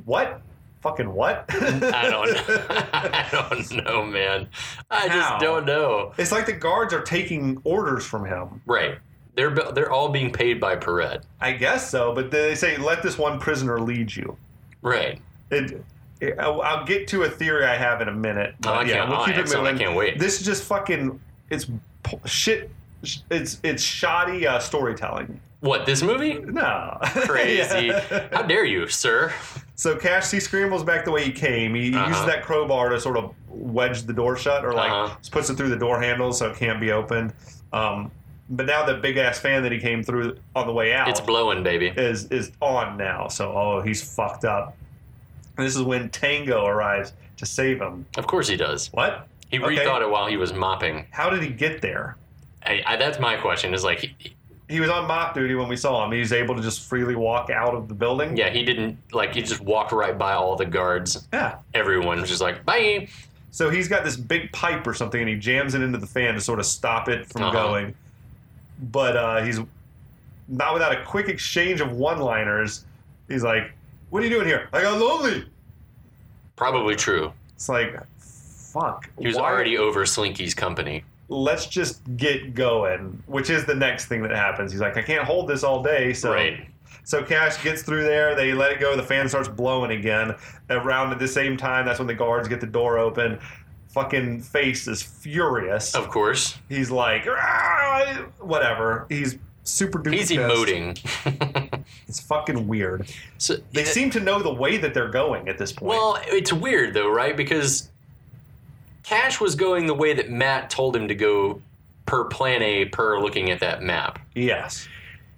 C: what? Fucking what?
B: I don't
C: *laughs*
B: *laughs* I don't know, man. I
C: How?
B: just don't know.
C: it's like the guards are taking orders from him.
B: Right. They're be- they're all being paid by Perret.
C: I guess so, but they say let this one prisoner lead you.
B: Right.
C: It, it- I'll I'll get to a theory I have in a minute.
B: Oh, I can't- oh, I- so I can't wait.
C: This is just fucking it's p- shit. It's it's shoddy uh, storytelling.
B: What this movie?
C: No. *laughs*
B: *laughs* Crazy.
C: Yeah.
B: How dare you, sir?
C: So Cash, he scrambles back the way he came. He, he
B: Uh-huh.
C: uses that crowbar to sort of wedge the door shut or like
B: Uh-huh.
C: puts it through the door handle so it can't be opened. Um, but now the big ass fan that he came through on the way out
B: It's blowing, baby.
C: is is on now. So oh, he's fucked up. And this is when Tango arrives to save him.
B: Of course he does.
C: What?
B: He
C: Okay.
B: rethought it while he was mopping.
C: How did he get there?
B: I, I, that's my question. Is like, he-
C: He was on mop duty when we saw him. He was able to just freely walk out of the building.
B: yeah, he didn't like. He just walked right by all the guards.
C: Yeah.
B: Everyone was just like, bye.
C: So he's got this big pipe or something, and he jams it into the fan to sort of stop it from
B: Uh-huh.
C: going. But uh, he's not without a quick exchange of one-liners. He's like, "What are you doing here? I got lonely."
B: Probably true.
C: It's like, "Fuck."
B: He was
C: why-
B: already over Slinky's company.
C: Let's just get going, which is the next thing that happens. He's like, "I can't hold this all day." So,
B: Right.
C: so Cash gets through there. They let it go. The fan starts blowing again. Around at the same time, that's when the guards get the door open. Fucking face is furious.
B: Of course.
C: He's like, "Ah," whatever. He's super duper.
B: He's
C: pissed.
B: emoting. *laughs*
C: It's fucking weird.
B: so,
C: They seem to know the way that they're going at this point.
B: well, it's weird though, right? Because Cash was going the way that Matt told him to go per plan A per looking at that map.
C: yes.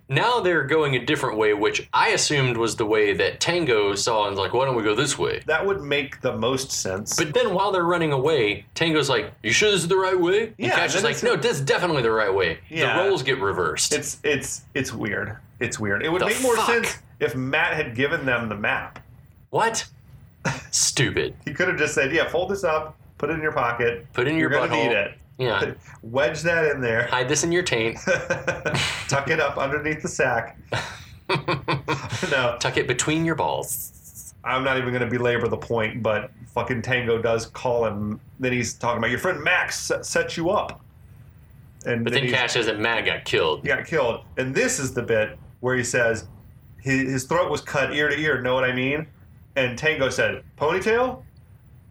B: Now they're going a different way, which I assumed was the way that Tango saw and was like, why don't we go this way?
C: That would make the most sense.
B: But then while they're running away, Tango's like, you sure this is the right way? And
C: Yeah,
B: Cash
C: then
B: is like,
C: it's-
B: no, this is definitely the right way.
C: Yeah.
B: The roles get reversed.
C: it's it's it's weird. It's weird. It would
B: The
C: make more
B: fuck?
C: sense if Matt had given them the map.
B: what? Stupid.
C: He could have just said, "Yeah, fold this up, put it in your pocket.
B: Put it in
C: You're
B: your
C: gonna
B: butthole.
C: need it. *laughs*
B: Yeah.
C: Wedge that in there." *laughs*
B: Hide this in your taint.
C: Tuck it up underneath the sack. *laughs* no,
B: Tuck it between your
C: *laughs*
B: balls.
C: I'm not even going to belabor the point, but fucking Tango does call him. Then he's talking about your friend Max set, set you up, and
B: But
C: then,
B: then
C: he's-
B: Cash says that Matt got killed.
C: he got killed. And this is the bit where he says his, his throat was cut ear to ear. Know what I mean? And Tango said ponytail,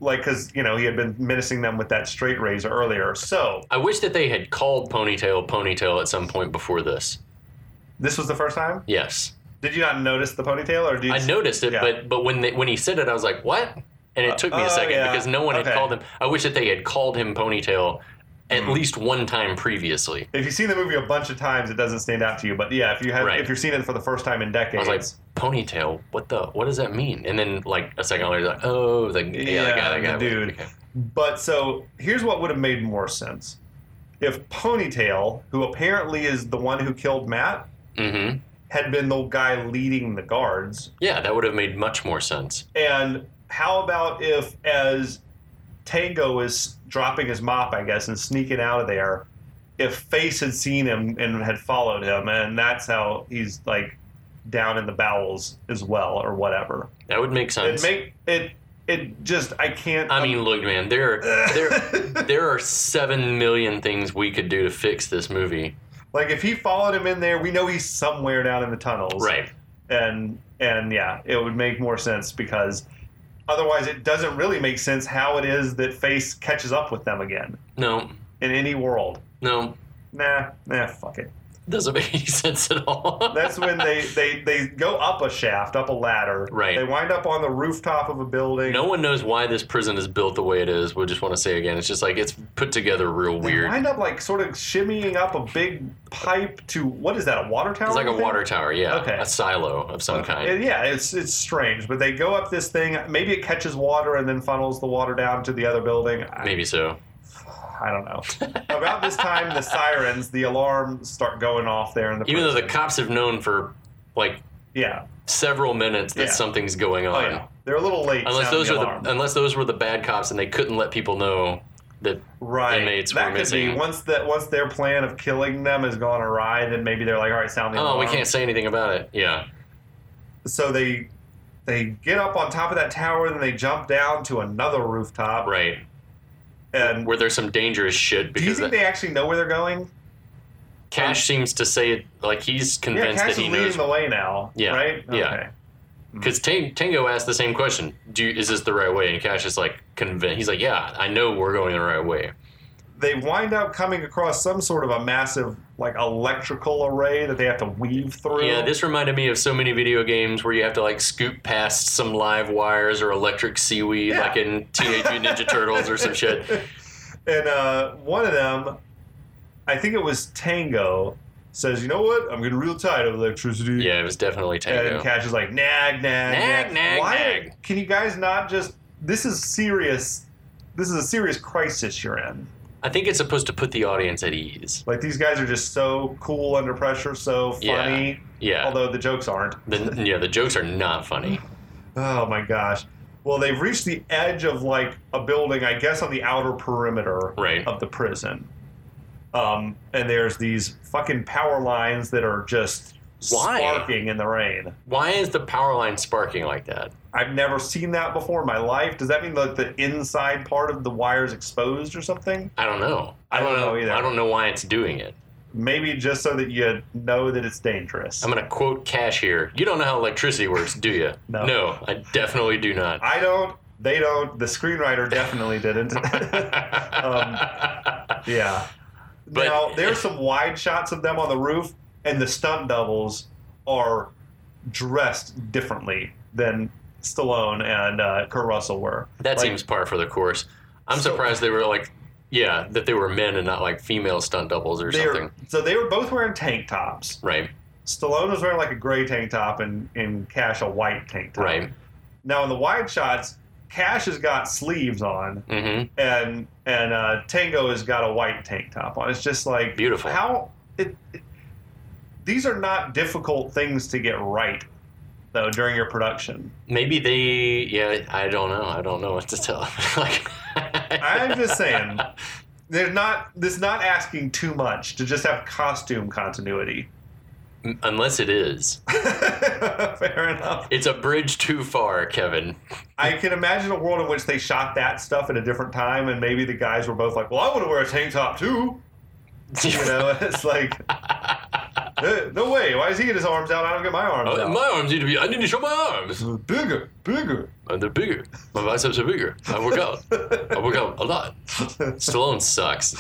C: like because you know he had been menacing them with that straight razor earlier. So
B: I wish that they had called Ponytail Ponytail at some point before this.
C: this was the first time.
B: Yes.
C: Did you not notice the ponytail, or did you
B: I noticed it,
C: yeah.
B: but but when they, when he said it, I was like, "What?" And it took me
C: oh,
B: a second
C: yeah.
B: because no one had
C: Okay. Hmm.
B: called him. I wish that they had called him Ponytail at least one time previously.
C: if you've seen the movie a bunch of times, it doesn't stand out to you. But yeah, if you have,
B: Right.
C: if you're seeing it for the first time in
B: I
C: decades,
B: was like, "Ponytail? What the? What does that mean?" And then like a second later, like, "Oh, the yeah,
C: Yeah,
B: the guy, the guy,
C: the dude.
B: okay.
C: But so here's what would have made more sense. If Ponytail, who apparently is the one who killed Matt,
B: Mm-hmm.
C: had been the guy leading the guards,
B: Yeah, that would have made much more sense.
C: and how about if as Tango is dropping his mop, I guess, and sneaking out of there, if Face had seen him and had followed him, and that's how he's like down in the bowels as well, or whatever.
B: That would make sense.
C: It make it it just I can't.
B: I mean, look, man,
C: *laughs*
B: there there there are seven million things we could do to fix this movie.
C: Like if he followed him in there, we know he's somewhere down in the tunnels.
B: Right.
C: And and yeah, it would make more sense because Otherwise, it doesn't really make sense how it is that Face catches up with them again
B: No,
C: in any world.
B: no,
C: Nah, nah, fuck it.
B: doesn't make any *laughs* sense at all.
C: That's
B: *laughs*
C: when they, they, they go up a shaft, up a ladder.
B: Right.
C: They wind up on the rooftop of a building.
B: no one knows why this prison is built the way it is. We just want to say again, it's just like it's put together real
C: They
B: weird.
C: wind up like sort of shimmying up a big pipe to what is that? A water tower?
B: It's like
C: you
B: a
C: think?
B: water tower, yeah,
C: Okay.
B: a silo of some kind.
C: And yeah, it's it's strange, but they go up this thing. Maybe it catches water and then funnels the water down to the other building. I-
B: Maybe so.
C: I don't know.
B: *laughs*
C: About this time, the sirens, the alarms start going off there in the.
B: Even though the
C: prison.
B: cops have known for like
C: yeah,
B: several minutes that
C: Yeah.
B: something something's going
C: oh
B: on.
C: yeah, they're a little late.
B: Unless
C: sounding
B: those
C: the
B: were
C: alarm.
B: the unless those were the bad cops and they couldn't let people know that
C: right
B: inmates
C: that
B: were
C: could
B: missing.
C: be once that once their plan of killing them has gone awry, then maybe they're like, all right, sound the
B: oh,
C: alarm.
B: we can't say anything about it. Yeah.
C: So they they get up on top of that tower, then they jump down to another rooftop,
B: Right.
C: and.
B: Where there's some dangerous shit
C: do you
B: because
C: think
B: that-
C: they actually know where they're going?
B: Cash seems to say it like he's
C: Yeah,
B: convinced
C: Cash
B: that
C: is
B: he
C: leading
B: knows
C: the way now,
B: Yeah,
C: right?
B: yeah.
C: Okay.
B: because Tango asked the same question. Do you, is this the right way? And Cash is like convinced. He's like, yeah, I know we're going the right way.
C: they wind up coming across some sort of a massive like electrical array that they have to weave through.
B: Yeah, this reminded me of so many video games where you have to like scoop past some live wires or electric seaweed,
C: Yeah.
B: like in Teenage Mutant Ninja Turtles or some shit.
C: *laughs* and uh, one of them, I think it was Tango, says, "You know what? I'm getting real tired of electricity."
B: Yeah, it was definitely Tango.
C: And Cash is like, "Nag, nag, nag,
B: Nag, nag,
C: Why
B: nag."
C: can you guys not just? This is serious. This is a serious crisis you're in.
B: I think it's supposed to put the audience at ease.
C: Like these guys are just so cool under pressure, so
B: Yeah.
C: funny.
B: Yeah.
C: Although the jokes aren't.
B: the, yeah, the jokes are not funny.
C: Oh my gosh. Well, they've reached the edge of like a building, I guess, on the outer perimeter
B: Right.
C: of the prison. Um, and there's these fucking power lines that are just
B: Why?
C: sparking in the rain.
B: Why is the power line sparking like that?
C: I've never seen that before in my life. Does that mean like the inside part of the wire is exposed or something?
B: I don't know.
C: I don't know either.
B: I don't know why it's doing it.
C: Maybe just so that you know that it's dangerous.
B: I'm going to quote Cash here. You don't know how electricity works, do you?
C: *laughs* No.
B: No, I definitely do
C: *laughs*
B: not.
C: I don't. They don't. The screenwriter definitely didn't.
B: *laughs*
C: *laughs* Um, Yeah.
B: But-
C: now there's some wide shots of them on the roof, and the stunt doubles are dressed differently than Stallone and uh, Kurt Russell were.
B: that
C: Like,
B: seems par for the course. I'm
C: So-
B: surprised they were like, yeah, that they were men and not like female stunt doubles or
C: they were-
B: something.
C: so they were both wearing tank tops.
B: Right,
C: Stallone was wearing like a gray tank top, and and Cash a white tank top.
B: right.
C: Now in the wide shots, Cash has got sleeves on,
B: hmm
C: and and uh, Tango has got a white tank top on. It's just like
B: Beautiful.
C: How it, it- these are not difficult things to get right though during your production.
B: Maybe they, yeah, I don't know. I don't know what to tell. *laughs* like,
C: I'm just saying, they're not. This is not asking too much to just have costume continuity.
B: *laughs*
C: *laughs*
B: Unless it is.
C: Fair enough.
B: It's a bridge too far, Kevin.
C: I can imagine a world in which they shot that stuff at a different time, and maybe the guys were both like, "Well, I want to wear a tank top too."
B: *laughs*
C: You know, *laughs* it's like, "Eh, no way. Why is he get his arms out? I don't get my arms
B: Oh,
C: out.
B: my arms need to be. I need to show my arms.
C: bigger, bigger.
B: Uh, They're bigger. My biceps are bigger. I work out. I work out a lot. Stallone sucks.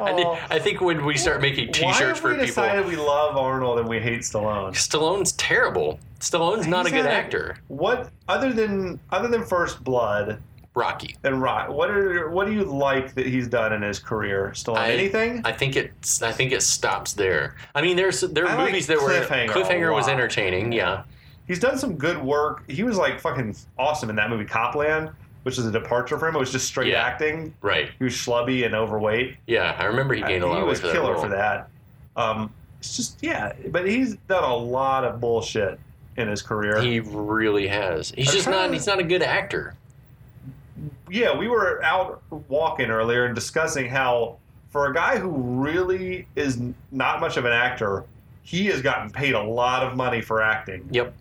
B: I, need, I think when we start making
C: Oh, Why
B: T-shirts
C: have
B: for
C: we
B: people,
C: decided we love Arnold and we hate Stallone?
B: Stallone's terrible. Stallone's not
C: He's
B: a good actor.
C: What other than other than First Blood
B: Rocky.
C: and Rock? What are what do you like that he's done in his career? Stallone?
B: I-
C: Anything?
B: I think it's. I think it stops there. I mean, there's there
C: I
B: are
C: like
B: movies that were
C: Cliffhanger a
B: Cliffhanger was
C: lot.
B: entertaining. Yeah,
C: he's done some good work. He was like fucking awesome in that movie Copland, which is a departure for him. It was just straight
B: Yeah.
C: acting.
B: right.
C: He was schlubby and overweight.
B: Yeah, I remember he
C: I- Uh, He
B: gained a lot of weight
C: was
B: for that
C: killer
B: role.
C: for that. Um, it's just yeah, but he's done a lot of bullshit in his career.
B: He really has. He's
C: I'm
B: just
C: trying
B: not.
C: to-
B: He's not a good actor.
C: yeah, we were out walking earlier and discussing how, for a guy who really is n- not much of an actor, he has gotten paid a lot of money for acting.
B: Yep.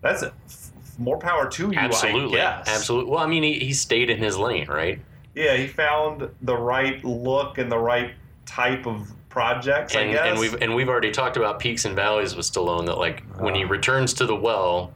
C: That's a, f- f- more power to you.
B: Absolutely.
C: I guess.
B: Absolutely. Well, I mean, he, he stayed in his lane, right?
C: Yeah, he found the right look and the right type of projects. I
B: And,
C: guess.
B: and we've
C: Uh-huh.
B: and we've already talked about peaks and valleys with Stallone. That like when he returns to the well,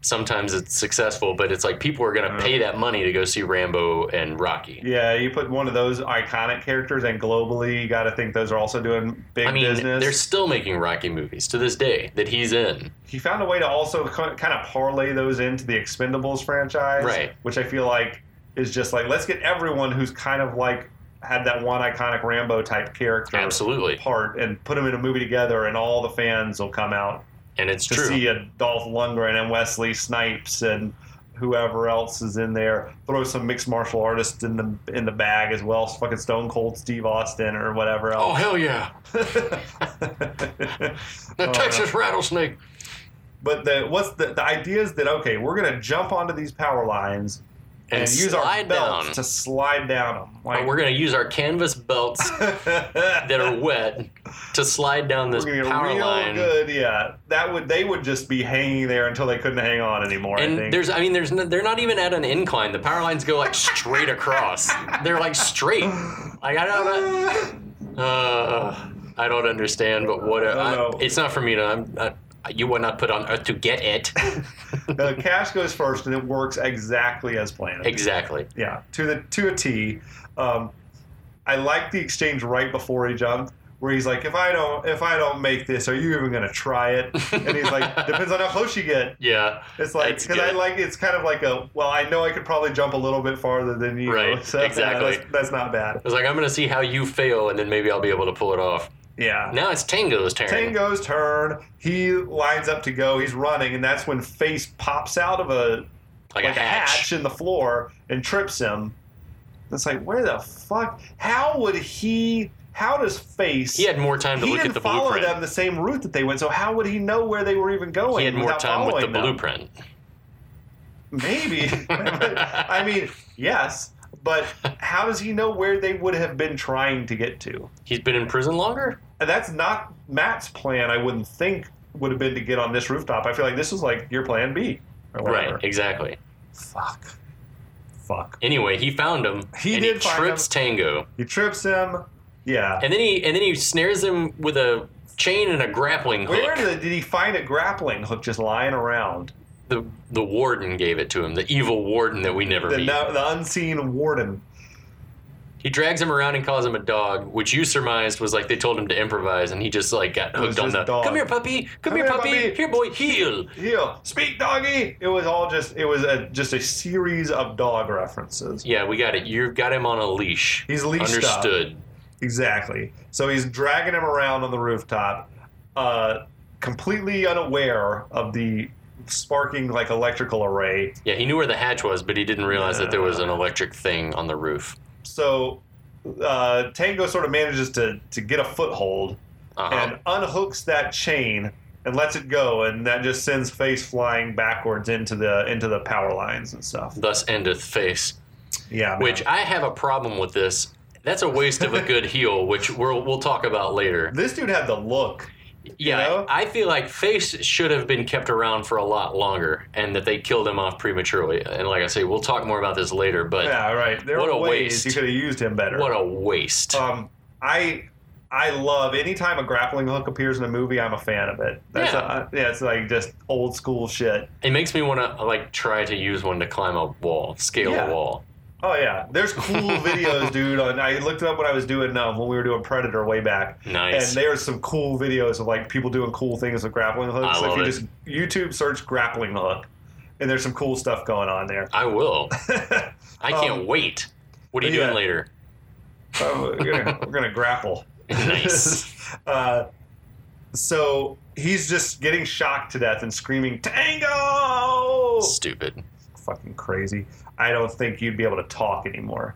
B: sometimes it's successful, but it's like people are going to pay that money to go see Rambo and Rocky.
C: Yeah, Uh-huh. you put one of those iconic characters, and globally, you got to think those are also doing big
B: I mean,
C: business.
B: they're still making Rocky movies to this day that he's in.
C: he found a way to also kind of parlay those into the Expendables franchise,
B: Right.
C: Which I feel like is just like let's get everyone who's kind of like had that one iconic Rambo type character
B: Absolutely.
C: part and put them in a movie together, and all the fans will come out
B: And it's
C: to
B: true.
C: see uh, a Dolph Lundgren and Wesley Snipes and whoever else is in there. Throw some mixed martial artists in the in the bag as well, fucking Stone Cold Steve Austin or whatever
B: Oh, *laughs*
C: *laughs* else.
B: hell yeah. The *laughs*
C: Oh,
B: Texas rattlesnake.
C: But the what's the the idea is that okay, we're gonna jump onto these power lines and,
B: And,
C: use our
B: slide
C: belts
B: down.
C: to slide down them. *laughs*
B: But we're going to use our canvas belts that are wet to slide
C: *laughs*
B: down this
C: gonna get
B: power
C: real
B: line.
C: good. Yeah, that would they would just be hanging there until they couldn't hang on anymore. I think.
B: And there's, I mean, there's, no, they're not even at an incline. The power lines go like straight across. They're like straight. Like I don't, uh, I don't understand. But what?
C: I
B: I,
C: don't know.
B: it's not for me to. I'm, I, you were not put on earth to get
C: *laughs*
B: it.
C: *laughs* the cash goes first, and it works exactly as planned.
B: exactly.
C: yeah, to the to a T. Um, I like the exchange right before he jumped, where he's like, "If I don't, if I don't make this, are you even gonna
B: *laughs*
C: try it?" And he's like, "Depends on how close you get."
B: Yeah.
C: It's like
B: That's
C: because I
B: good.
C: like it's kind of like a well, I know I could probably jump a little bit farther than you,
B: Right,
C: So yeah,
B: exactly.
C: that's, that's not bad.
B: It's like I'm gonna see how you fail, and then maybe I'll be able to pull it off.
C: Yeah.
B: Now it's Tango's turn.
C: Tango's turn. He lines up to go. He's running, and that's when Face pops out of a
B: like, a hatch.
C: in the floor and trips him. It's like, where the fuck? How would he? How does Face?
B: He had more time to
C: he
B: look
C: didn't
B: at the
C: follow
B: blueprint.
C: them the same route that they went. So how would he know where they were even going?
B: He had more
C: without
B: time with the
C: following them?
B: blueprint.
C: Maybe. *laughs* I mean, yes, but how does he know where they would have been trying to get to?
B: He's been in prison longer.
C: And that's not Matt's plan. I wouldn't think would have been to get on this rooftop. I feel like this was like your plan B. Or whatever.
B: Right. Exactly.
C: Fuck. Fuck.
B: Anyway, he found him.
C: He
B: and
C: did
B: he
C: find
B: trips
C: him.
B: Tango,
C: He trips him. Yeah.
B: and then he and then he snares him with a chain and a grappling hook.
C: Where did, did he find a grappling hook just lying around?
B: the the warden gave it to him, the evil warden that we never
C: The,
B: meet.
C: no- the unseen warden.
B: He drags him around and calls him a dog, which you surmised was like they told him to improvise, and he just like got
C: was
B: hooked on
C: just
B: the
C: dog.
B: "Come here, puppy! Come,
C: Come
B: here,
C: here,
B: puppy!
C: puppy."
B: Here, boy, heel!"
C: Heel, speak doggy. It was all just. It was a, just a series of dog references.
B: Yeah, we got it. You've got him on a leash.
C: He's leashed up.
B: Understood.
C: Exactly. So he's dragging him around on the rooftop, uh, completely unaware of the sparking like electrical array.
B: Yeah, he knew where the hatch was, but he didn't realize that there was an electric thing on the roof.
C: So uh, Tango sort of manages to to get a foothold
B: Uh-huh.
C: and unhooks that chain and lets it go, and that just sends Face flying backwards into the into the power lines and stuff.
B: Thus endeth face.
C: Yeah, man.
B: Which I have a problem with this. That's a waste
C: *laughs*
B: of a good heel, which we'll we'll talk about later.
C: this dude had the look.
B: Yeah,
C: know?
B: I feel like Face should have been kept around for a lot longer, and that they killed him off prematurely. And like I say, we'll talk more about this later. But
C: Yeah, right. There
B: What
C: were
B: a
C: ways
B: waste.
C: you could have used him better.
B: what a waste!
C: Um, I I love anytime a grappling hook appears in a movie. I'm a fan of it. That's
B: Yeah.
C: A, yeah, it's like just old school shit.
B: it makes me want to like try to use one to climb a wall, scale
C: Yeah.
B: a wall.
C: Oh yeah, there's cool
B: *laughs*
C: videos, dude. On I looked it up when I was doing um, when we were doing Predator way back.
B: Nice.
C: And there's some cool videos of like people doing cool things with grappling hooks.
B: I
C: So if
B: love
C: you
B: it.
C: just YouTube search grappling hook, and there's some cool stuff going on there.
B: I
C: *laughs*
B: will. I can't
C: Um,
B: wait. What are you
C: yeah.
B: doing later?
C: Um,
B: *laughs*
C: we're, gonna, we're gonna grapple.
B: Nice.
C: *laughs* uh, so he's just getting shocked to death and screaming tango.
B: Stupid.
C: Fucking crazy. I don't think you'd be able to talk anymore.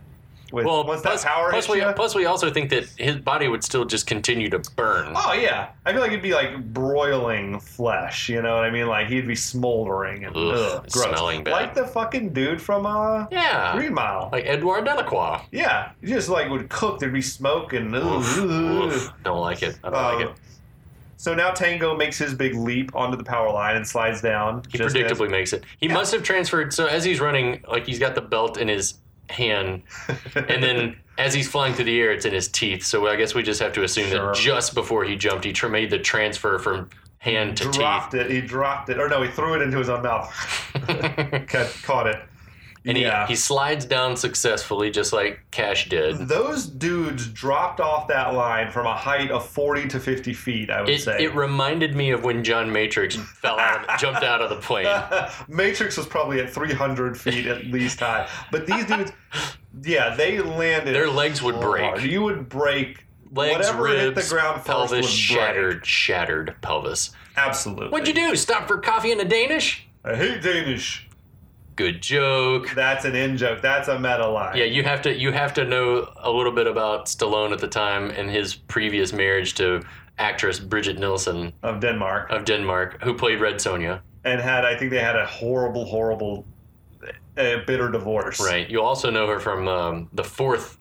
C: With,
B: Well,
C: once
B: plus,
C: that power
B: plus
C: hits
B: we
C: you.
B: plus we also think that his body would still just continue to burn.
C: Oh yeah, I feel like it'd be like broiling flesh. You know what I mean? Like he'd be smoldering and
B: Ugh,
C: ugh, gross.
B: smelling bad.
C: Like the fucking dude from uh,
B: yeah,
C: Green Mile.
B: like Edouard Delacroix.
C: yeah, he just like would cook. There'd be smoke and ugh,
B: Oof,
C: ugh.
B: oof. Don't like it. I don't like
C: Uh,
B: it.
C: So now Tango makes his big leap onto the power line and slides down.
B: He
C: just
B: predictably makes it. He
C: Yeah.
B: must have transferred. So as he's running, like he's got the belt in his hand, and
C: *laughs*
B: then as he's flying through the air, it's in his teeth. So I guess we just have to assume
C: Sure.
B: that just before he jumped, he tr- made the transfer from hand to
C: dropped it. He dropped it, or no, he threw it into his own mouth. *laughs*
B: teeth. *laughs*
C: Ca- Caught it.
B: and
C: yeah.
B: he, he slides down successfully, just like Cash did.
C: Those dudes dropped off that line from a height of 40 to 50 feet, I would
B: It,
C: say.
B: it reminded me of when John Matrix fell out, of, jumped out of the
C: *laughs*
B: plane.
C: *laughs* Matrix was probably at 300 feet at least high. But
B: *laughs*
C: these dudes, yeah, they landed.
B: Their legs would break.
C: hard. You would break.
B: Legs,
C: Whatever hit the
B: ribs,
C: ground first would
B: pelvis
C: break.
B: shattered, shattered pelvis.
C: Absolutely.
B: What'd you do? Stop for coffee and a Danish?
C: I hate Danish.
B: Good joke.
C: That's an in joke. That's a meta line.
B: Yeah, you have to you have to know a little bit about Stallone at the time and his previous marriage to actress Bridget Nielsen
C: Of Denmark.
B: of Denmark, who played Red Sonja.
C: and had, I think they had a horrible, horrible, uh, bitter divorce.
B: Right. You also know her from um, the fourth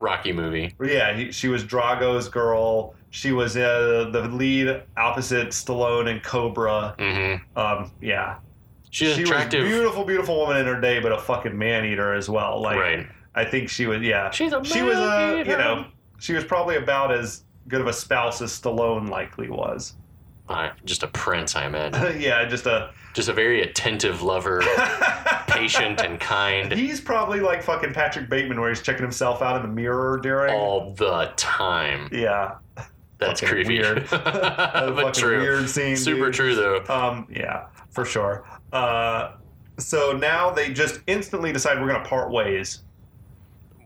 B: Rocky movie.
C: Yeah, he, she was Drago's girl. She was uh, the lead opposite Stallone in Cobra.
B: hmm
C: Um, yeah,
B: She's
C: she
B: attractive.
C: was beautiful, beautiful woman in her day, but a fucking man eater as well. Like,
B: right.
C: I think she was. Yeah,
B: She's a
C: she was
B: man
C: a you know
B: eater.
C: she was probably about as good of a spouse as Stallone likely was. *laughs*
B: Uh, just a prince, I imagine.
C: yeah, just a *laughs*
B: Just a very attentive lover, patient and
C: *laughs*
B: kind
C: He's probably like fucking Patrick Bateman, where he's checking himself out in the mirror during.
B: all the time.
C: Yeah,
B: That's
C: Fucking
B: creepy.
C: weird.
B: *laughs*
C: That's
B: but
C: fucking
B: true.
C: Weird scene,
B: Super
C: dude.
B: true though.
C: Um, yeah, for sure. Uh, so now they just instantly decide we're gonna part ways.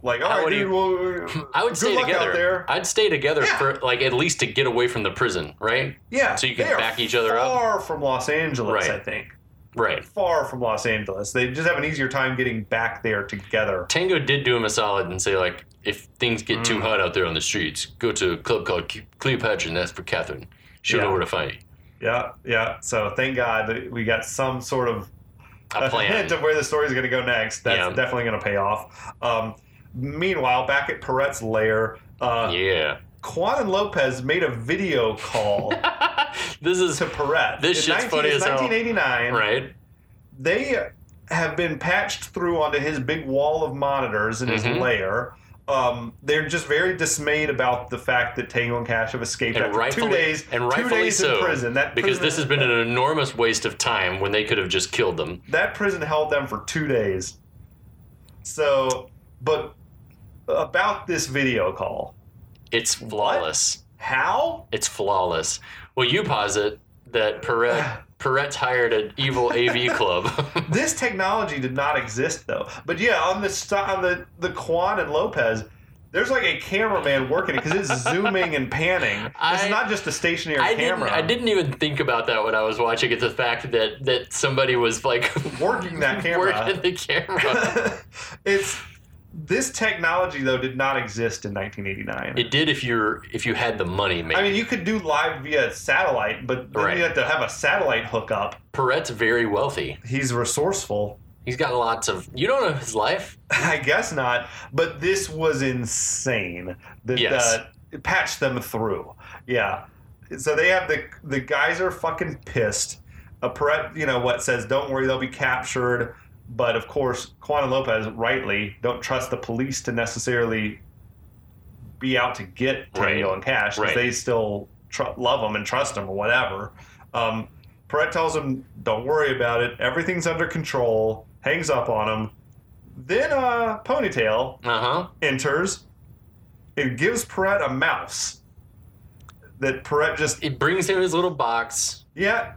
C: Like, all
B: I
C: right,
B: would
C: dude,
B: even- *laughs*
C: well,
B: I would
C: good
B: stay
C: luck
B: together.
C: out there.
B: I'd stay together
C: Yeah.
B: for like at least to get away from the prison, right?
C: yeah.
B: So you can
C: they are
B: back each other up?
C: Far from Los Angeles,
B: Right.
C: I think.
B: Right.
C: Far from Los Angeles, they just have an easier time getting back there together.
B: Tango did do him a solid and say like, if things get too
C: Mm.
B: hot out there on the streets, go to a club called Cle- Cleopatra, and that's for Catherine. She'll
C: Yeah.
B: know where to find you.
C: Yeah, yeah. So thank God that we got some sort of
B: A plan.
C: hint of where the story's going *laughs* to go next. That's
B: Yeah.
C: definitely going to pay off. Um, meanwhile, back at Peret's lair, uh,
B: yeah. *laughs*
C: Quan and Lopez made a video call
B: this is
C: to Perret.
B: This
C: In
B: shit's
C: 19
B: funny
C: it's
B: as hell.
C: 1989.
B: right.
C: They have been patched through onto his big wall of monitors in his
B: Mhm.
C: lair. Um, they're just very dismayed about the fact that Tango and Cash have escaped
B: And
C: after
B: rightfully-
C: two days.
B: and
C: two
B: rightfully
C: days
B: so,
C: in prison. That
B: Because
C: prison,
B: this has been an enormous waste of time when they could have just killed them.
C: that prison held them for two days. So, but about this video call,
B: It's flawless.
C: how?
B: It's flawless. Well, you posit that
C: *sighs*
B: Perret Perret's hired an evil AV club. *laughs*
C: This technology did not exist though. But yeah, on the st- on the the Quan and Lopez, there's like a cameraman working it because it's zooming and panning.
B: I-
C: it's not just a stationary
B: I
C: camera.
B: didn't, I didn't even think about that when I was watching it. The fact that that somebody was like *laughs*
C: Working that camera.
B: working the
C: *laughs*
B: camera.
C: it's this technology though did not exist in 1989.
B: it did if you're if you had the money. Maybe
C: I mean, you could do live via satellite, but then
B: Right.
C: you have to have a satellite hookup.
B: Perret's very wealthy.
C: He's resourceful.
B: He's got lots of. You don't know his life.
C: *laughs* I guess not. But this was insane. That
B: Yes.
C: uh, it patched them through. Yeah. So they have the the guys are fucking pissed. A Perret, you know what says, "Don't worry, they'll be captured." But of course, Quan and Lopez rightly don't trust the police to necessarily be out to get Tango
B: Right.
C: and Cash, 'cause
B: Right.
C: they still tr- love them and trust them or whatever. Um, Perret tells him, "Don't worry about it. Everything's under control." Hangs up on him. Then uh, Ponytail
B: Uh huh.
C: enters and gives Perret a mouse. That Perret just
B: It brings him his little box.
C: yeah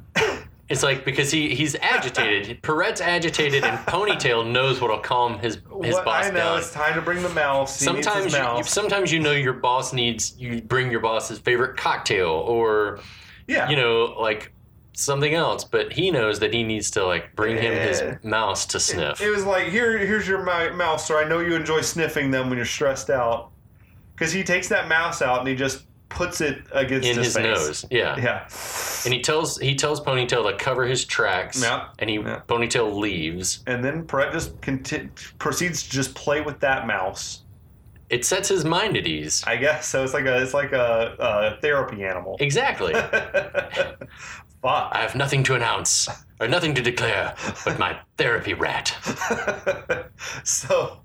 B: It's like because he he's
C: *laughs*
B: agitated. Perret's agitated, and Ponytail knows what'll calm his his
C: what
B: boss
C: I know
B: down.
C: it's time to bring the mouse. He needs
B: sometimes
C: his
B: you, you-
C: mouse.
B: sometimes you know your boss needs you bring your boss's favorite cocktail or
C: yeah,
B: you know like something else but he knows that he needs to like bring him his
C: Yeah.
B: mouse to sniff
C: it was like here here's your mi- mouse, sir. I know you enjoy sniffing them when you're stressed out. Because he takes that mouse out and he just puts it against
B: in his
C: face.
B: nose yeah.
C: Yeah,
B: and he tells he tells ponytail to cover his tracks
C: Yeah.
B: and he
C: Yeah.
B: ponytail leaves
C: and then Perret just conti- proceeds to just play with that mouse.
B: it sets his mind at ease
C: I guess so. It's like a it's like a, a therapy animal. *laughs*
B: exactly
C: Fuck. *laughs*
B: i have nothing to announce or
C: *laughs*
B: nothing to declare but my therapy rat
C: so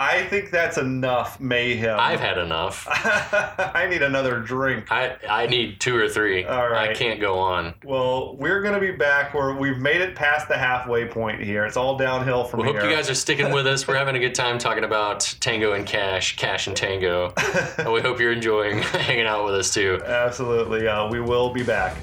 C: I think that's enough mayhem.
B: I've had enough.
C: *laughs* I need another drink.
B: I I need two or three.
C: All right.
B: I can't go on.
C: Well, we're gonna be back where we've made it past the halfway point here. It's all downhill from
B: We hope
C: here.
B: you guys are sticking with us. We're having a good time talking about Tango and Cash, Cash and *laughs*
C: *laughs*
B: Tango. and we hope you're enjoying hanging out with us too.
C: Absolutely, uh, we will be back.